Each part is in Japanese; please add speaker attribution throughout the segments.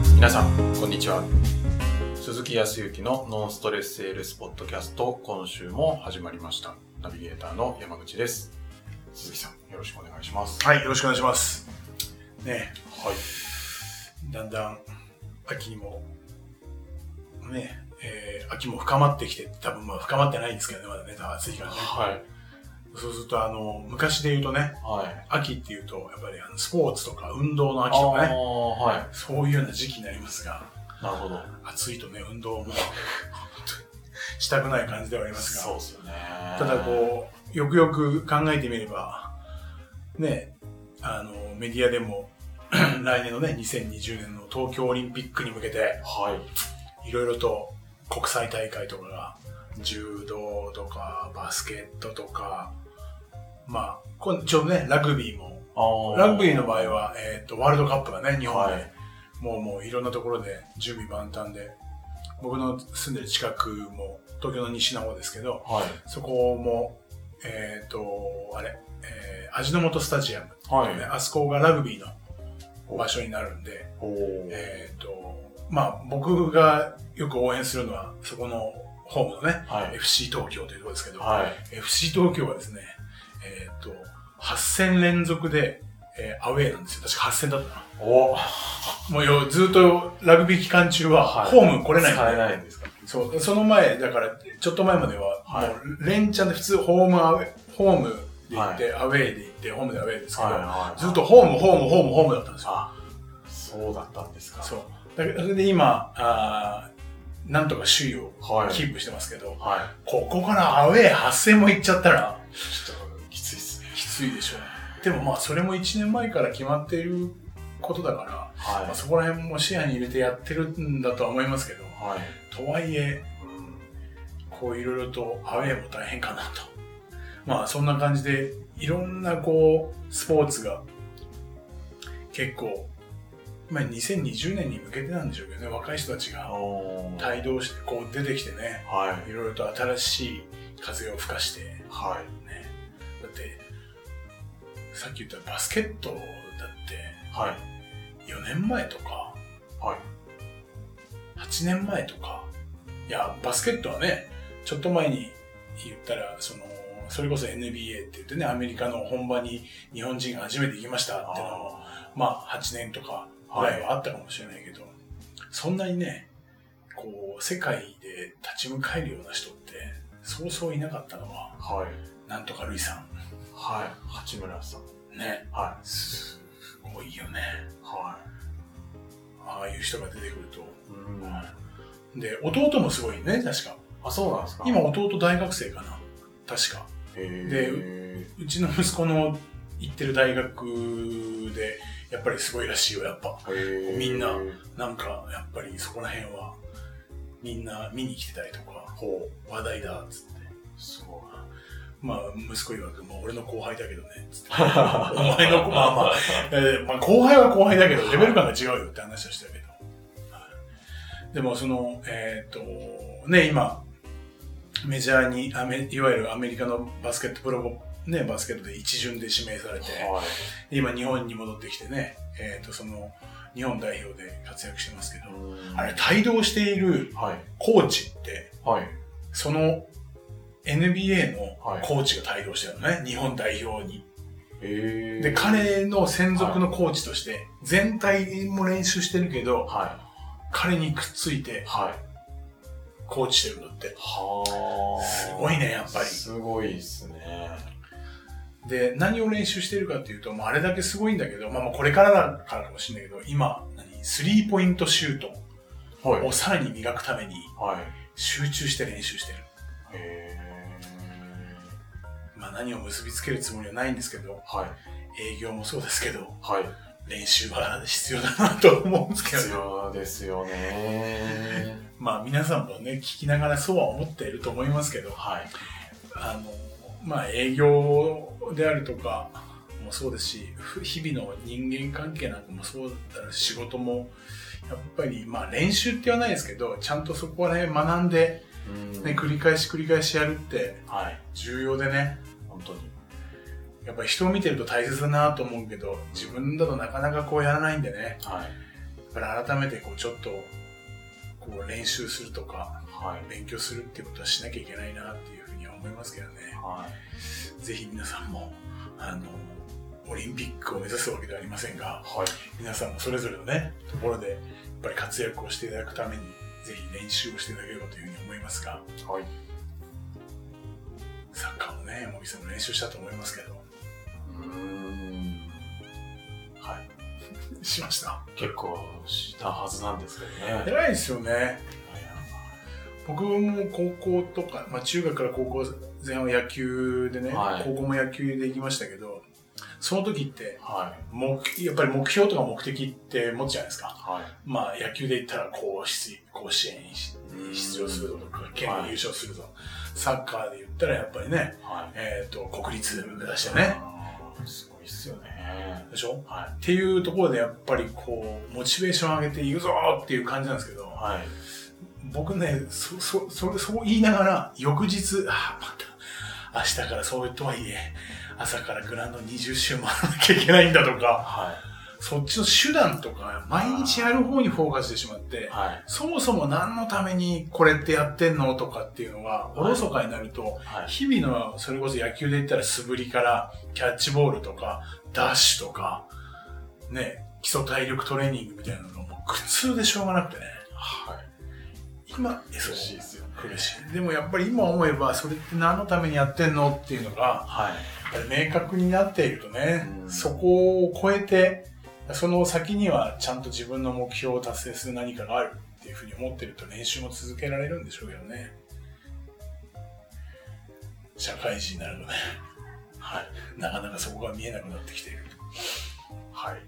Speaker 1: こんにちは。鈴木康之のノンストレスセールスポッドキャスト、今週も始まりました。ナビゲーターの山口です。鈴木さん、よろしくお願いします。
Speaker 2: はい、よろしくお願いします。ね
Speaker 1: はい。
Speaker 2: えだんだん秋も、ねええー秋も深まってきて、多分まあ深まってないんですけどね、まだね、多分暑いからね。
Speaker 1: はい。
Speaker 2: そうすると、あの、昔で言うとね、
Speaker 1: はい。
Speaker 2: 秋っていうと、やっぱりあのスポーツとか運動の
Speaker 1: あ
Speaker 2: 秋とかね、
Speaker 1: ーは
Speaker 2: そういうような時期になりますが、
Speaker 1: い。なるほど。
Speaker 2: 暑いとね、運動もしたくない感じではあります
Speaker 1: そう
Speaker 2: が、
Speaker 1: ですよね。
Speaker 2: ただこう、よくよく考えてみれば、ねえ、あの、メディアでも、 来年のね、2020年の東京オリンピックに向けて、
Speaker 1: はい。
Speaker 2: いろいろと国際大会とかが、柔道とか、バスケットとか、まあ、これちょうどね、ラグビーも、
Speaker 1: あー
Speaker 2: ラグビーの場合、は、えっと、ワールドカップがね、日本で、
Speaker 1: はい
Speaker 2: もうもういろんなところで準備万端で、僕の住んでる近くも、東京の西の方ですけど、
Speaker 1: はい。
Speaker 2: そこも、えっ、と、あれ、えー味の素スタジアム、
Speaker 1: はい
Speaker 2: ねあそこがラグビーの場所になるんで、
Speaker 1: おー
Speaker 2: えっ、と、まあ僕がよく応援するのは、そこのホームのね、
Speaker 1: はい
Speaker 2: FC 東京というところですけど、
Speaker 1: はい。
Speaker 2: FC 東京はですね、えっ、と、8戦連続で、えーアウェーなんですよ。確か8戦だったな。
Speaker 1: お
Speaker 2: もうよずっとラグビー期間中は、
Speaker 1: はい
Speaker 2: ホーム来れないんで
Speaker 1: 使えないんですか
Speaker 2: そう、その前、だから、ちょっと前までは、
Speaker 1: はい
Speaker 2: もう、連チャンで普通、ホームアウェイ、ホームで行って、アウェイで行って、ホームでアウェイですけど、
Speaker 1: はいはい
Speaker 2: ずっとホーム、ホーム、ホーム、ホームだったんですよ。
Speaker 1: あ、そうだったんですか。
Speaker 2: そう。だけどそれで今、あーなんとか首位を
Speaker 1: はい
Speaker 2: キープしてますけど、
Speaker 1: はい。
Speaker 2: ここからアウェイ8戦も行っちゃったら、
Speaker 1: ちょっときついっすね。
Speaker 2: きついでしょうね。でもまあ、それも1年前から決まっていることだから、
Speaker 1: はい
Speaker 2: まあ、そこら辺も視野に入れてやってるんだとは思いますけど、
Speaker 1: はい。
Speaker 2: とはいえ、
Speaker 1: うん
Speaker 2: こういろいろとアウェーも大変かなと。まあそんな感じで、いろんなこう、スポーツが結構、まあ2020年に向けてなんでしょうけどね、若い人たちが
Speaker 1: おー
Speaker 2: 帯同して、こう出てきてね、
Speaker 1: はい。
Speaker 2: いろいろと新しい風を吹かして、ね、
Speaker 1: はい。
Speaker 2: だって、さっき言ったバスケットだっ
Speaker 1: はい。
Speaker 2: て、4年前とか、
Speaker 1: はい。
Speaker 2: 8年前とかいやバスケットはねちょっと前に言ったらそのそれこそ NBA って言ってねアメリカの本場に日本人が初めて行きましたっていうのもまあ8年とかぐらいはあったかもしれないけど、そんなにねこう世界で立ち向かえるような人ってそうそういなかったのは
Speaker 1: はい。
Speaker 2: なんとかルイさ
Speaker 1: はい。八村さん。
Speaker 2: んね
Speaker 1: は
Speaker 2: すごいよね
Speaker 1: い。は
Speaker 2: ああいう人が出てくると
Speaker 1: い。うん。
Speaker 2: で弟もすごいね確か
Speaker 1: あ、そうなんですか
Speaker 2: 今、弟大学生かな確か
Speaker 1: え
Speaker 2: うちの息子の行ってる大学でやっぱりすごいらしいよやっぱ
Speaker 1: ー、え
Speaker 2: みんななんかやっぱりそこら辺はみんな見に来てたりとか
Speaker 1: ほ
Speaker 2: 話題だっつって
Speaker 1: う。すごい。
Speaker 2: まあ息子曰くもう俺の後輩だけどねっつって、
Speaker 1: お
Speaker 2: 前の子まあまあえーまあ、後輩は後輩だけどレベル感が違うよって話をしてたけどはいでもそのえっ、とね今メジャーにアメいわゆるアメリカのバスケットプロね、バスケットで一巡で指名されて、
Speaker 1: はい。
Speaker 2: で今日本に戻ってきてね、えー、とその日本代表で活躍してますけど、あれ帯同している
Speaker 1: はい。
Speaker 2: コーチって
Speaker 1: はい。
Speaker 2: その NBA の
Speaker 1: はい
Speaker 2: コーチが帯同してるのね、日本代表に
Speaker 1: えー、
Speaker 2: で彼の専属のコーチとして全体も練習してるけど
Speaker 1: は
Speaker 2: 彼にくっついて
Speaker 1: い。はい。
Speaker 2: コーチしてるのって
Speaker 1: はあ。
Speaker 2: すごいねやっぱり
Speaker 1: すごいっすね。
Speaker 2: で何を練習してるかっていうと、まあ、あれだけすごいんだけど、まあ、まあこれからだからかもしれないけど今何スリーポイントシュート
Speaker 1: はい。
Speaker 2: をさらに磨くために
Speaker 1: はい。
Speaker 2: 集中して練習してる。
Speaker 1: え
Speaker 2: まあ何を結びつけるつもりはないんですけど、
Speaker 1: ー、はい。
Speaker 2: 営業もそうですけど、
Speaker 1: はい。
Speaker 2: 練習は必要だなと思うんですけ
Speaker 1: 必
Speaker 2: ど、
Speaker 1: 要ですよね。
Speaker 2: まあ皆さんもね、聞きながらそうは思っていると思いますけど、
Speaker 1: はい。
Speaker 2: あの、まあ営業であるとかもそうですし、ふ日々の人間関係なんかもそうだったら仕事も、やっぱりまあ練習って言わないですけど、ちゃんとそこら辺学んで、
Speaker 1: うん
Speaker 2: ね、繰り返し繰り返しやるって
Speaker 1: はい。
Speaker 2: 重要でね、
Speaker 1: 本当に。
Speaker 2: やっぱり人を見てると大切だなと思うけど自分だとなかなかこうやらないんでね
Speaker 1: はい。
Speaker 2: やっぱり改めてこうちょっとこう練習するとか、
Speaker 1: はい。
Speaker 2: 勉強するってことはしなきゃいけないなっていうふうには思いますけどね。
Speaker 1: はい。
Speaker 2: ぜひ皆さんも、あの、オリンピックを目指すわけではありません
Speaker 1: は
Speaker 2: が、
Speaker 1: い。
Speaker 2: 皆さんもそれぞれのね、ところで、やっぱり活躍をしていただくために、ぜひ練習をしていただければというふうに思いますが、
Speaker 1: はい。
Speaker 2: サッカーもね、山口さんも練習したと思いますけど、
Speaker 1: うーん。はい。
Speaker 2: しました。
Speaker 1: 結構したはずなんですけどね。はい
Speaker 2: 偉いですよね。僕も高校とか、まあ、中学から高校前は野球でね、
Speaker 1: はい
Speaker 2: 高校も野球で行きましたけど、その時って、
Speaker 1: はい。
Speaker 2: 目やっぱり目標とか目的って持つじゃないですか。
Speaker 1: はい。
Speaker 2: まあ野球で言ったらこうし甲子園に出場するぞとか、県
Speaker 1: はい
Speaker 2: 優勝するぞ。サッカーで言ったらやっぱりね、
Speaker 1: はい。
Speaker 2: えっ、と、国立目指してね。
Speaker 1: あー。すごいっすよね。
Speaker 2: でしょ
Speaker 1: は
Speaker 2: っていうところでやっぱりこう、モチベーション上げていくぞーっていう感じなんですけど
Speaker 1: い。、はい。
Speaker 2: 僕ね、そ、そ、それ、そう言いながら、翌日、ああ、また、明日からそうとはいえ、朝からグラウンド20周回らなきゃいけないんだとか、
Speaker 1: は
Speaker 2: そっちの手段とか、毎日やる方にフォーカスしてしまって
Speaker 1: い。、はい。
Speaker 2: そもそも何のためにこれってやってんのとかっていうのが、おろそかになると、
Speaker 1: はい。
Speaker 2: 日々の、それこそ野球で言ったら素振りから、キャッチボールとか、ダッシュとか、ね、基礎体力トレーニングみたいなのがもう苦痛でしょうがなくてね。
Speaker 1: はい。
Speaker 2: 今、そう
Speaker 1: 嬉しいっすよね。
Speaker 2: 苦しいでもやっぱり今思えばそれって何のためにやってんのっていうのが
Speaker 1: はい。
Speaker 2: やっぱり明確になっているとね、
Speaker 1: うん
Speaker 2: そこを超えてその先にはちゃんと自分の目標を達成する何かがあるっていうふうに思ってると練習も続けられるんでしょうけどね社会人になるとね
Speaker 1: はい。
Speaker 2: なかなかそこが見えなくなってきている
Speaker 1: はい。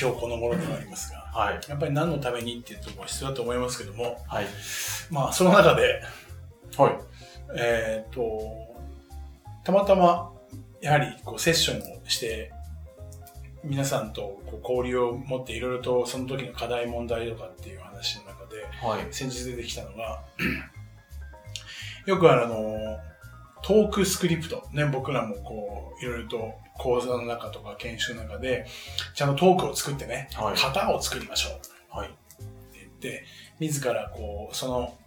Speaker 2: 今日この頃ではありますが
Speaker 1: はい。
Speaker 2: やっぱり何のためにっていうところが必要だと思いますけども
Speaker 1: はい。
Speaker 2: まあその中で
Speaker 1: はい。
Speaker 2: えー、と、たまたま、やはりこうセッションをして、皆さんとこう交流を持っていろいろとその時の課題問題とかっていう話の中で、
Speaker 1: はい。
Speaker 2: 先日出てきたのが、よくあの、トークスクリプト。ね、僕らもこう、いろいろと講座の中とか研修の中で、ちゃんとトークを作ってね、
Speaker 1: はい
Speaker 2: 型を作りましょう。
Speaker 1: はい。
Speaker 2: って言って自らこうその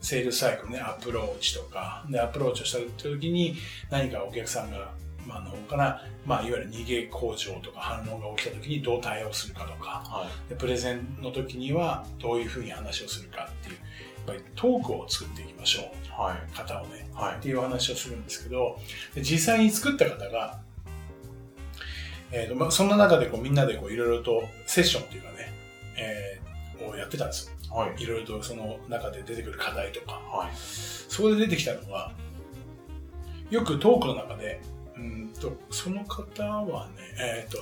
Speaker 2: セールスサイクルねアプローチとかでアプローチをした時に何かお客さんが、まあ、の方から、まあ、いわゆる逃げ工場とか反論が起きた時にどう対応するかとか
Speaker 1: はい。
Speaker 2: でプレゼンの時にはどういうふうに話をするかっていうやっぱりトークを作っていきましょう
Speaker 1: はい。
Speaker 2: 型をね
Speaker 1: はい
Speaker 2: っ。ていう話をするんですけどで実際に作った方が、えーとまあ、そんな中でこうみんなでこういろいろとセッションっていうかね、えーをやってたんですよ
Speaker 1: はい。
Speaker 2: いろいろとその中で出てくる課題とか
Speaker 1: はい。
Speaker 2: そこで出てきたのがよくトークの中でうーんとその方はね、えー、と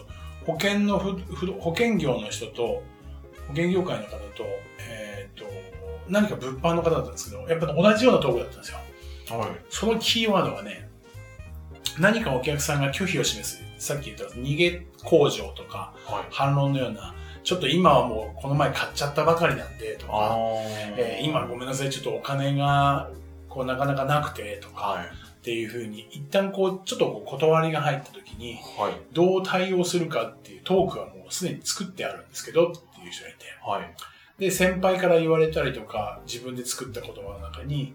Speaker 2: 保険のふふ保険業の人と保険業界の方と,、えー、と何か物販の方だったんですけどやっぱ同じようなトークだったんですよ
Speaker 1: はい。
Speaker 2: そのキーワードがね何かお客さんが拒否を示すさっき言った逃げ工場とか
Speaker 1: はい。
Speaker 2: 反論のようなちょっと今はもうこの前買っちゃったばかりなんでとか
Speaker 1: あ
Speaker 2: えー今ごめんなさい、ちょっとお金が、こう、なかなかなくてとか、
Speaker 1: はい。
Speaker 2: っていうふうに、一旦こう、ちょっとこう断りが入った時に、
Speaker 1: はい。
Speaker 2: どう対応するかっていうトークはもうすでに作ってあるんですけど、っていう人がいて。
Speaker 1: はい。
Speaker 2: で、先輩から言われたりとか、自分で作った言葉の中に、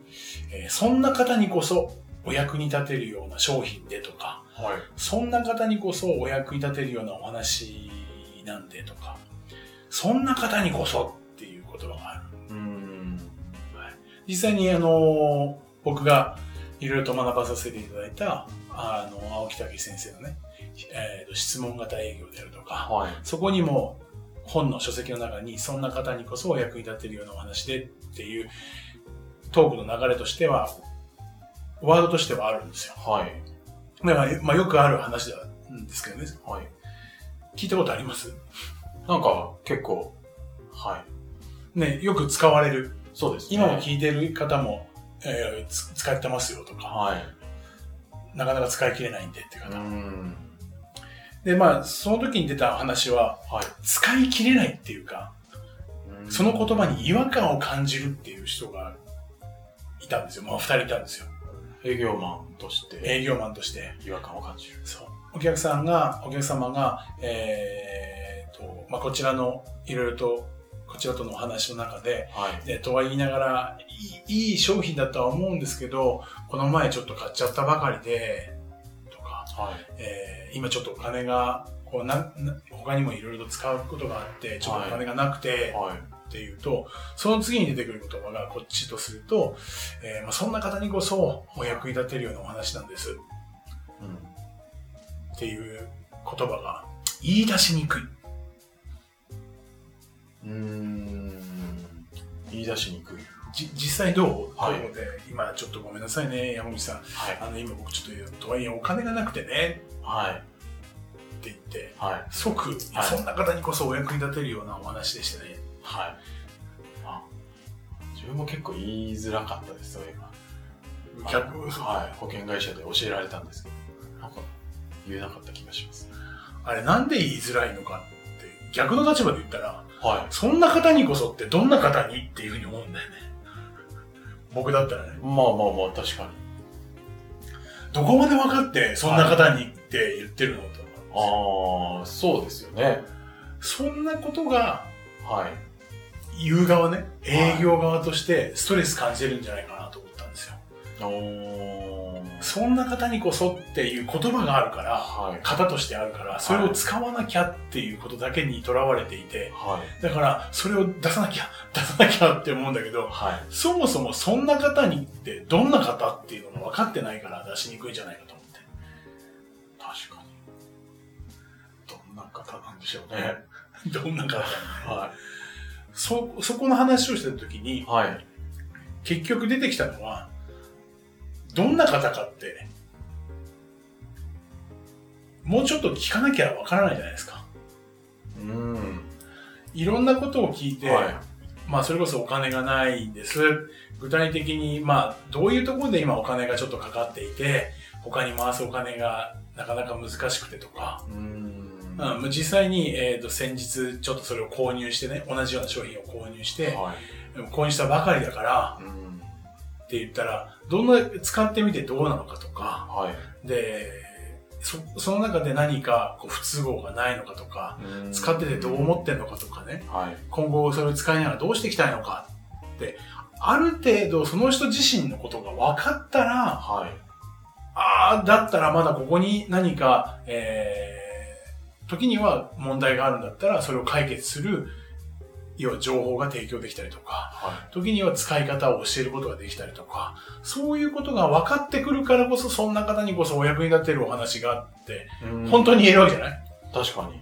Speaker 2: えーそんな方にこそ、お役に立てるような商品でとか、
Speaker 1: はい。
Speaker 2: そんな方にこそお役に立てるようなお話なんでとか、そんな方にこそっていう言葉があ
Speaker 1: う
Speaker 2: る。
Speaker 1: ーん。
Speaker 2: 実際にあの僕がいろいろと学ばさせていただいたあの青木武先生のね、えーと質問型営業であるとか
Speaker 1: はい。
Speaker 2: そこにも本の書籍の中にそんな方にこそお役に立てるようなお話でっていうトークの流れとしてはワードとしてはあるんですよ
Speaker 1: はい。
Speaker 2: だから、まあ、よくある話ではあるんですけどね
Speaker 1: はい。
Speaker 2: 聞いたことあります
Speaker 1: なんか、結構、はい。
Speaker 2: ねよく使われる
Speaker 1: そうですね。
Speaker 2: 今も聞いてる方も、えーつ使ってますよとか
Speaker 1: はい。
Speaker 2: なかなか使い切れないんでって方
Speaker 1: うーん。
Speaker 2: でまあその時に出た話は
Speaker 1: はい。
Speaker 2: 使い切れないっていうかその言葉に違和感を感じるっていう人がいたんですよまあ2人いたんですよ
Speaker 1: 営業マンとして
Speaker 2: 営業マンとして
Speaker 1: 違和感を感じる。
Speaker 2: そうお客さんがお客様がえー、と、まあ、こちらのいろいろとこちらとのお話の中で、
Speaker 1: はい。
Speaker 2: でとは言いながらいい、いい商品だとは思うんですけど、この前ちょっと買っちゃったばかりで、とか、
Speaker 1: はい。
Speaker 2: えー今ちょっとお金がこうなな他にもいろいろと使うことがあってちょっとお金がなくて
Speaker 1: はい。
Speaker 2: っていうと、その次に出てくる言葉がこっちとすると、えーまあ、そんな方にこそお役に立てるようなお話なんです
Speaker 1: うん。
Speaker 2: っていう言葉が言い出しにくい、
Speaker 1: うーん。言い出しにくい。
Speaker 2: じ実際どう、
Speaker 1: はい
Speaker 2: ということで今ちょっとごめんなさいね山口さん
Speaker 1: はい。
Speaker 2: あの今僕ちょっととはいえお金がなくてね
Speaker 1: はい。
Speaker 2: って言って
Speaker 1: はい。
Speaker 2: 即、いや
Speaker 1: はい
Speaker 2: そんな方にこそお役に立てるようなお話でしたね
Speaker 1: はい。あ自分も結構言いづらかったです、そういえば。
Speaker 2: 逆
Speaker 1: はい。保険会社で教えられたんですけど、なんか言えなかった気がします。
Speaker 2: あれなんで言いづらいのかって逆の立場で言ったら
Speaker 1: は
Speaker 2: そんな方にこそってどんな方にっていうふうに思うんだよね僕だったら
Speaker 1: い。
Speaker 2: ね
Speaker 1: まあまあまあ、確かに。
Speaker 2: どこまで分かってそんな方にって言ってるのと思
Speaker 1: あ
Speaker 2: うんで
Speaker 1: あ、そうですよね。
Speaker 2: すよそんなことが
Speaker 1: はい。
Speaker 2: 言う側ね営業側としてストレス感じてるんじゃないかなと思ったんですよ
Speaker 1: おー
Speaker 2: そんな方にこそっていう言葉があるから
Speaker 1: はい。
Speaker 2: 型としてあるからそれを使わなきゃっていうことだけにとらわれていて
Speaker 1: はい。
Speaker 2: だからそれを出さなきゃ出さなきゃって思うんだけど
Speaker 1: はい。
Speaker 2: そもそもそんな方にってどんな方っていうのが分かってないから出しにくいんじゃないかと思って
Speaker 1: 確かに。
Speaker 2: どんな方なんでしょう
Speaker 1: ね
Speaker 2: どんな方
Speaker 1: は
Speaker 2: そそこの話をしてた時
Speaker 1: い。
Speaker 2: に
Speaker 1: はい。
Speaker 2: 結局出てきたのはどんな方かってもうちょっと聞かなきゃ分からないじゃないですか
Speaker 1: うん。
Speaker 2: いろんなことを聞いて、
Speaker 1: は
Speaker 2: まあそれこそお金がないんです。具体的に、まあどういうところで今お金がちょっとかかっていて、他に回すお金がなかなか難しくてとか、
Speaker 1: い。うん。は
Speaker 2: うん、実際に、えー、と先日ちょっとそれを購入してね、同じような商品を購入して、
Speaker 1: い。
Speaker 2: 購入したばかりだから
Speaker 1: うん。
Speaker 2: って言ったら、どんな、使ってみてどうなのかとか、
Speaker 1: はい。
Speaker 2: で、そその中で何かこう不都合がないのかとか、使っててどう思ってんのかとかね、
Speaker 1: はい。
Speaker 2: 今後それを使いながらどうしていきたいのかって、ある程度その人自身のことが分かったら、
Speaker 1: はい。
Speaker 2: ああ、だったらまだここに何か、えー、時には問題があるんだったらそれを解決する、要は情報が提供できたりとか、
Speaker 1: は
Speaker 2: 時には使い方を教えることができたりとか、そういうことが分かってくるからこそ、そんな方にこそお役に立てるお話があって、
Speaker 1: い。うん
Speaker 2: 本当に言えるわけじゃない
Speaker 1: 確かに。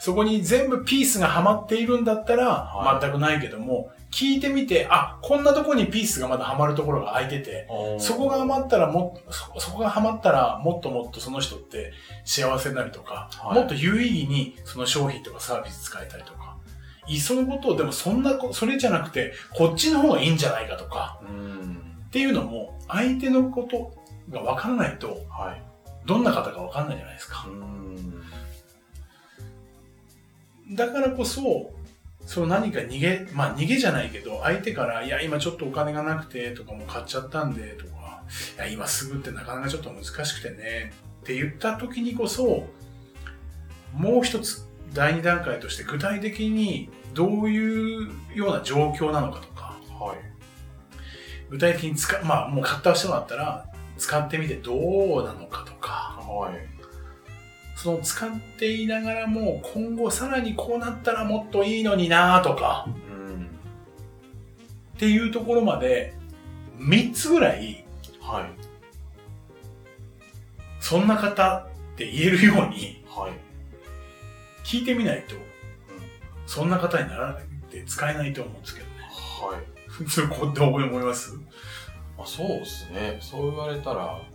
Speaker 2: そこに全部ピースがはまっているんだったら
Speaker 1: は、い
Speaker 2: 全くないけども、聞いてみて、あ、こんなとこにピースがまだはまるところが空いてて、そこがはまったらもっと、そそこがはまったら、もっともっとその人って幸せになるとか、
Speaker 1: はい
Speaker 2: もっと有意義にその商品とかサービス使えたりとか、いっそのことを、でもそんなこ、それじゃなくて、こっちの方がいいんじゃないかとか、
Speaker 1: うん。
Speaker 2: っていうのも、相手のことがわからないと、
Speaker 1: はい。
Speaker 2: どんな方かわかんないじゃないですか。
Speaker 1: うん。
Speaker 2: だからこそ、その何か逃げ、まあ逃げじゃないけど、相手から、いや、今ちょっとお金がなくて、とかもう買っちゃったんで、とか、いや、今すぐってなかなかちょっと難しくてね、って言った時にこそ、もう一つ、第二段階として具体的にどういうような状況なのかとか、
Speaker 1: はい。
Speaker 2: 具体的に使、まあもう買った人だったら、使ってみてどうなのかとか、
Speaker 1: はい。
Speaker 2: その使っていながらも今後さらにこうなったらもっといいのになとか、
Speaker 1: うん。
Speaker 2: っていうところまで3つぐらい
Speaker 1: はい。
Speaker 2: そんな方って言えるように
Speaker 1: はい。
Speaker 2: 聞いてみないと、そんな方にならないって使えないと思うんですけどね。
Speaker 1: はい。
Speaker 2: それこうどう思います
Speaker 1: まあ、そうですね。そう言われたら、はい。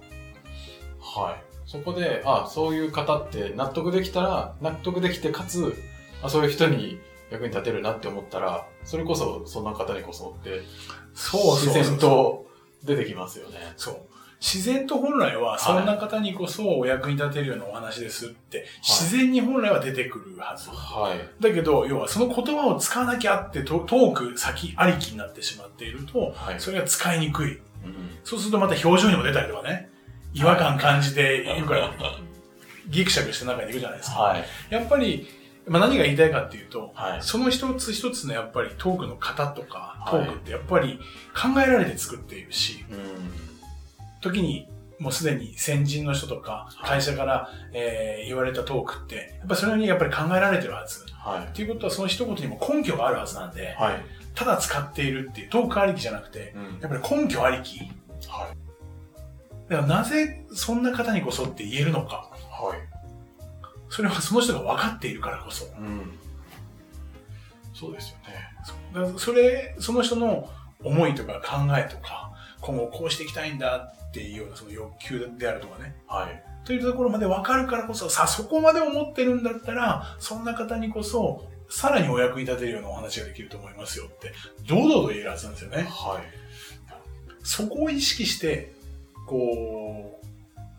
Speaker 1: そこで、あそういう方って納得できたら、納得できて、かつ、あそういう人に役に立てるなって思ったら、それこそ、そんな方にこそって、自然と出てきますよね。
Speaker 2: そう。自然と本来は、そんな方にこそお役に立てるようなお話ですって、自然に本来は出てくるはず。
Speaker 1: はい。
Speaker 2: だけど、要はその言葉を使わなきゃってとトーク先ありきになってしまっていると、
Speaker 1: はい。
Speaker 2: それが使いにくい。
Speaker 1: うん
Speaker 2: そうするとまた表情にも出たりとかね、違和感感じているから、ギクシャクした中にいくじゃないですか。
Speaker 1: はい。
Speaker 2: やっぱり、まあ、何が言いたいかっていうと、
Speaker 1: はい。
Speaker 2: その一つ一つのやっぱりトークの型とか、ト
Speaker 1: はい
Speaker 2: ークってやっぱり考えられて作っているし、
Speaker 1: うん。
Speaker 2: 時にもうすでに先人の人とか、
Speaker 1: はい
Speaker 2: 会社から、えー言われたトークって、やっぱそれにやっぱり考えられてるはず。
Speaker 1: はい。
Speaker 2: っていうことはその一言にも根拠があるはずなんで、
Speaker 1: はい。
Speaker 2: ただ使っているっていうトークありきじゃなくて、
Speaker 1: うん。
Speaker 2: やっぱり根拠ありき。
Speaker 1: は
Speaker 2: だからなぜそんな方にこそって言えるのか。
Speaker 1: い。はい。
Speaker 2: それはその人が分かっているからこそ。
Speaker 1: うん。そうですよね。
Speaker 2: だからそれ、その人の思いとか考えとか、今後こうしていきたいんだっていうようなその欲求であるとかね。
Speaker 1: はい。
Speaker 2: というところまで分かるからこそ、さあそこまで思ってるんだったら、そんな方にこそ、さらにお役に立てるようなお話ができると思いますよって、堂々と言えるはずなんですよね。
Speaker 1: はい。
Speaker 2: そこを意識して、こう、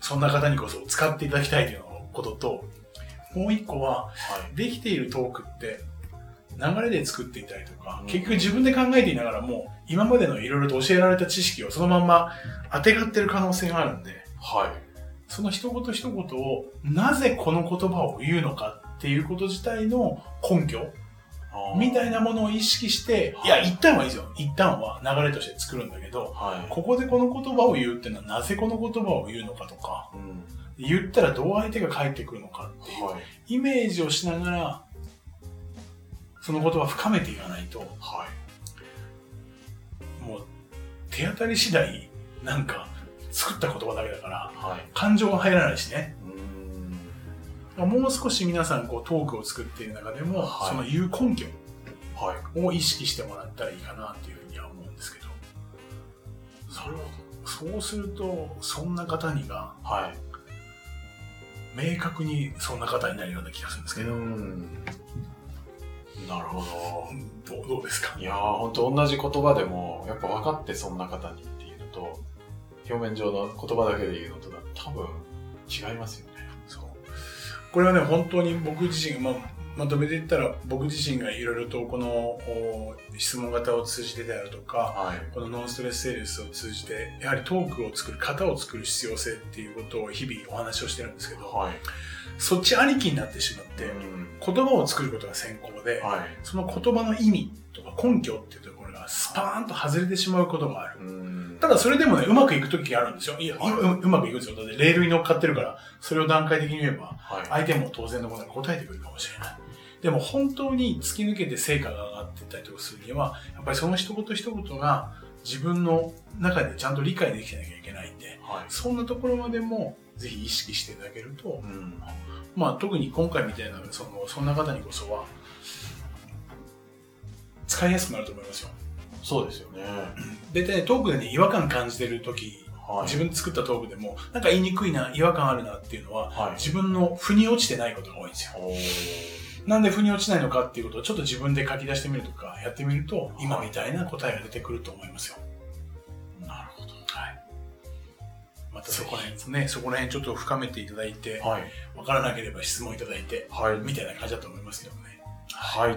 Speaker 2: そんな方にこそ使っていただきたいということと、もう一個は、
Speaker 1: はい。
Speaker 2: できているトークって流れで作っていたりとか、
Speaker 1: うん
Speaker 2: 結局自分で考えていながらも今までのいろいろと教えられた知識をそのまんま当てがってる可能性があるんで
Speaker 1: はい。
Speaker 2: その一言一言をなぜこの言葉を言うのかっていうこと自体の根拠
Speaker 1: あー
Speaker 2: みたい。なものを意識していや一旦はいいですよ一旦は流れとして作るんだけど
Speaker 1: は
Speaker 2: ここでこの言葉を言うっていうのはなぜこの言葉を言うのかとか
Speaker 1: い。うん。
Speaker 2: 言ったらどう相手が返ってくるのかっていう
Speaker 1: はい。
Speaker 2: イメージをしながらその言葉を深めていかないと
Speaker 1: はい。
Speaker 2: もう手当たり次第なんか作った言葉だけだから
Speaker 1: はい。
Speaker 2: 感情が入らないしね
Speaker 1: うん。
Speaker 2: もう少し皆さんこうトークを作っている中でも、
Speaker 1: はい
Speaker 2: その言う根拠
Speaker 1: はい。
Speaker 2: を意識してもらったらいいかなっていうふうには思うんですけど
Speaker 1: なるほ
Speaker 2: そうするとそんな方にが
Speaker 1: ど。はい。
Speaker 2: 明確にそんな方になるような気がするんですけど、
Speaker 1: ん。なるほ
Speaker 2: どうどうですか
Speaker 1: ど。いやー、ほんと同じ言葉でも、やっぱ分かってそんな方にっていうのと、表面上の言葉だけで言うのと、多分違いますよね。
Speaker 2: そうこれはね本当に僕自身、まあ、まとめて言ったら僕自身がいろいろとこのお質問型を通じてであるとか
Speaker 1: はい。
Speaker 2: このノンストレスセールスを通じてやはりトークを作る型を作る必要性っていうことを日々お話をしてるんですけど
Speaker 1: はい。
Speaker 2: そっちありきになってしまって
Speaker 1: うん。
Speaker 2: 言葉を作ることが先行で
Speaker 1: はい。
Speaker 2: その言葉の意味とか根拠っていうところがスパーンと外れてしまうことがある。
Speaker 1: うん。
Speaker 2: ただそれでもね、うまくいくときあるんですよ。いや、
Speaker 1: はいう
Speaker 2: うまくいくんですよ。だってレールに乗っかってるから、それを段階的に言えば、
Speaker 1: はい。
Speaker 2: 相手も当然のことに答えてくるかもしれない。でも本当に突き抜けて成果が上がっていったりとかするには、やっぱりその一言一言が自分の中でちゃんと理解できてなきゃいけないんで、
Speaker 1: はい。
Speaker 2: そんなところまでもぜひ意識していただけると
Speaker 1: う、ん。
Speaker 2: まあ特に今回みたいな、その、そんな方にこそは、使いやすくなると思いますよ。
Speaker 1: そうですよね。
Speaker 2: で、ね、トークでね、違和感感じてる時、
Speaker 1: はい。
Speaker 2: 自分で作ったトークでも、なんか言いにくいな、違和感あるなっていうのは、
Speaker 1: はい。
Speaker 2: 自分の腑に落ちてないことが多いんですよ。
Speaker 1: おー
Speaker 2: なんで腑に落ちないのかっていうことをちょっと自分で書き出してみるとかやってみると今みたいな答えが出てくると思いますよ。
Speaker 1: なるほど。
Speaker 2: はい。またそこら辺ですね、そこら辺ちょっと深めていただいて、
Speaker 1: はい。
Speaker 2: わからなければ質問いただいて、
Speaker 1: はい。
Speaker 2: みたいな感じだと思いますけどね。
Speaker 1: はい。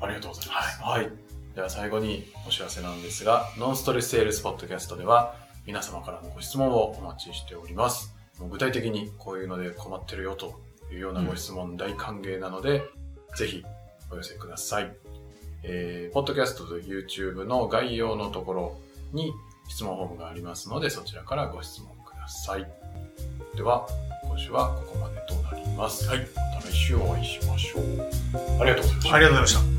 Speaker 1: ありがとうございます。はい。では最後にお知らせなんですが、ノンストレスセールスポッドキャストでは皆様からのご質問をお待ちしております。もう具体的にこういうので困ってるよというようなご質問大歓迎なので、ぜひお寄せください。えー、ポッドキャストと YouTube の概要のところに質問フォームがありますので、そちらからご質問ください。では、今週はここまでとなります。
Speaker 2: はい。
Speaker 1: また来週お会いしましょう。ありがとうございました
Speaker 2: ありがとうございました。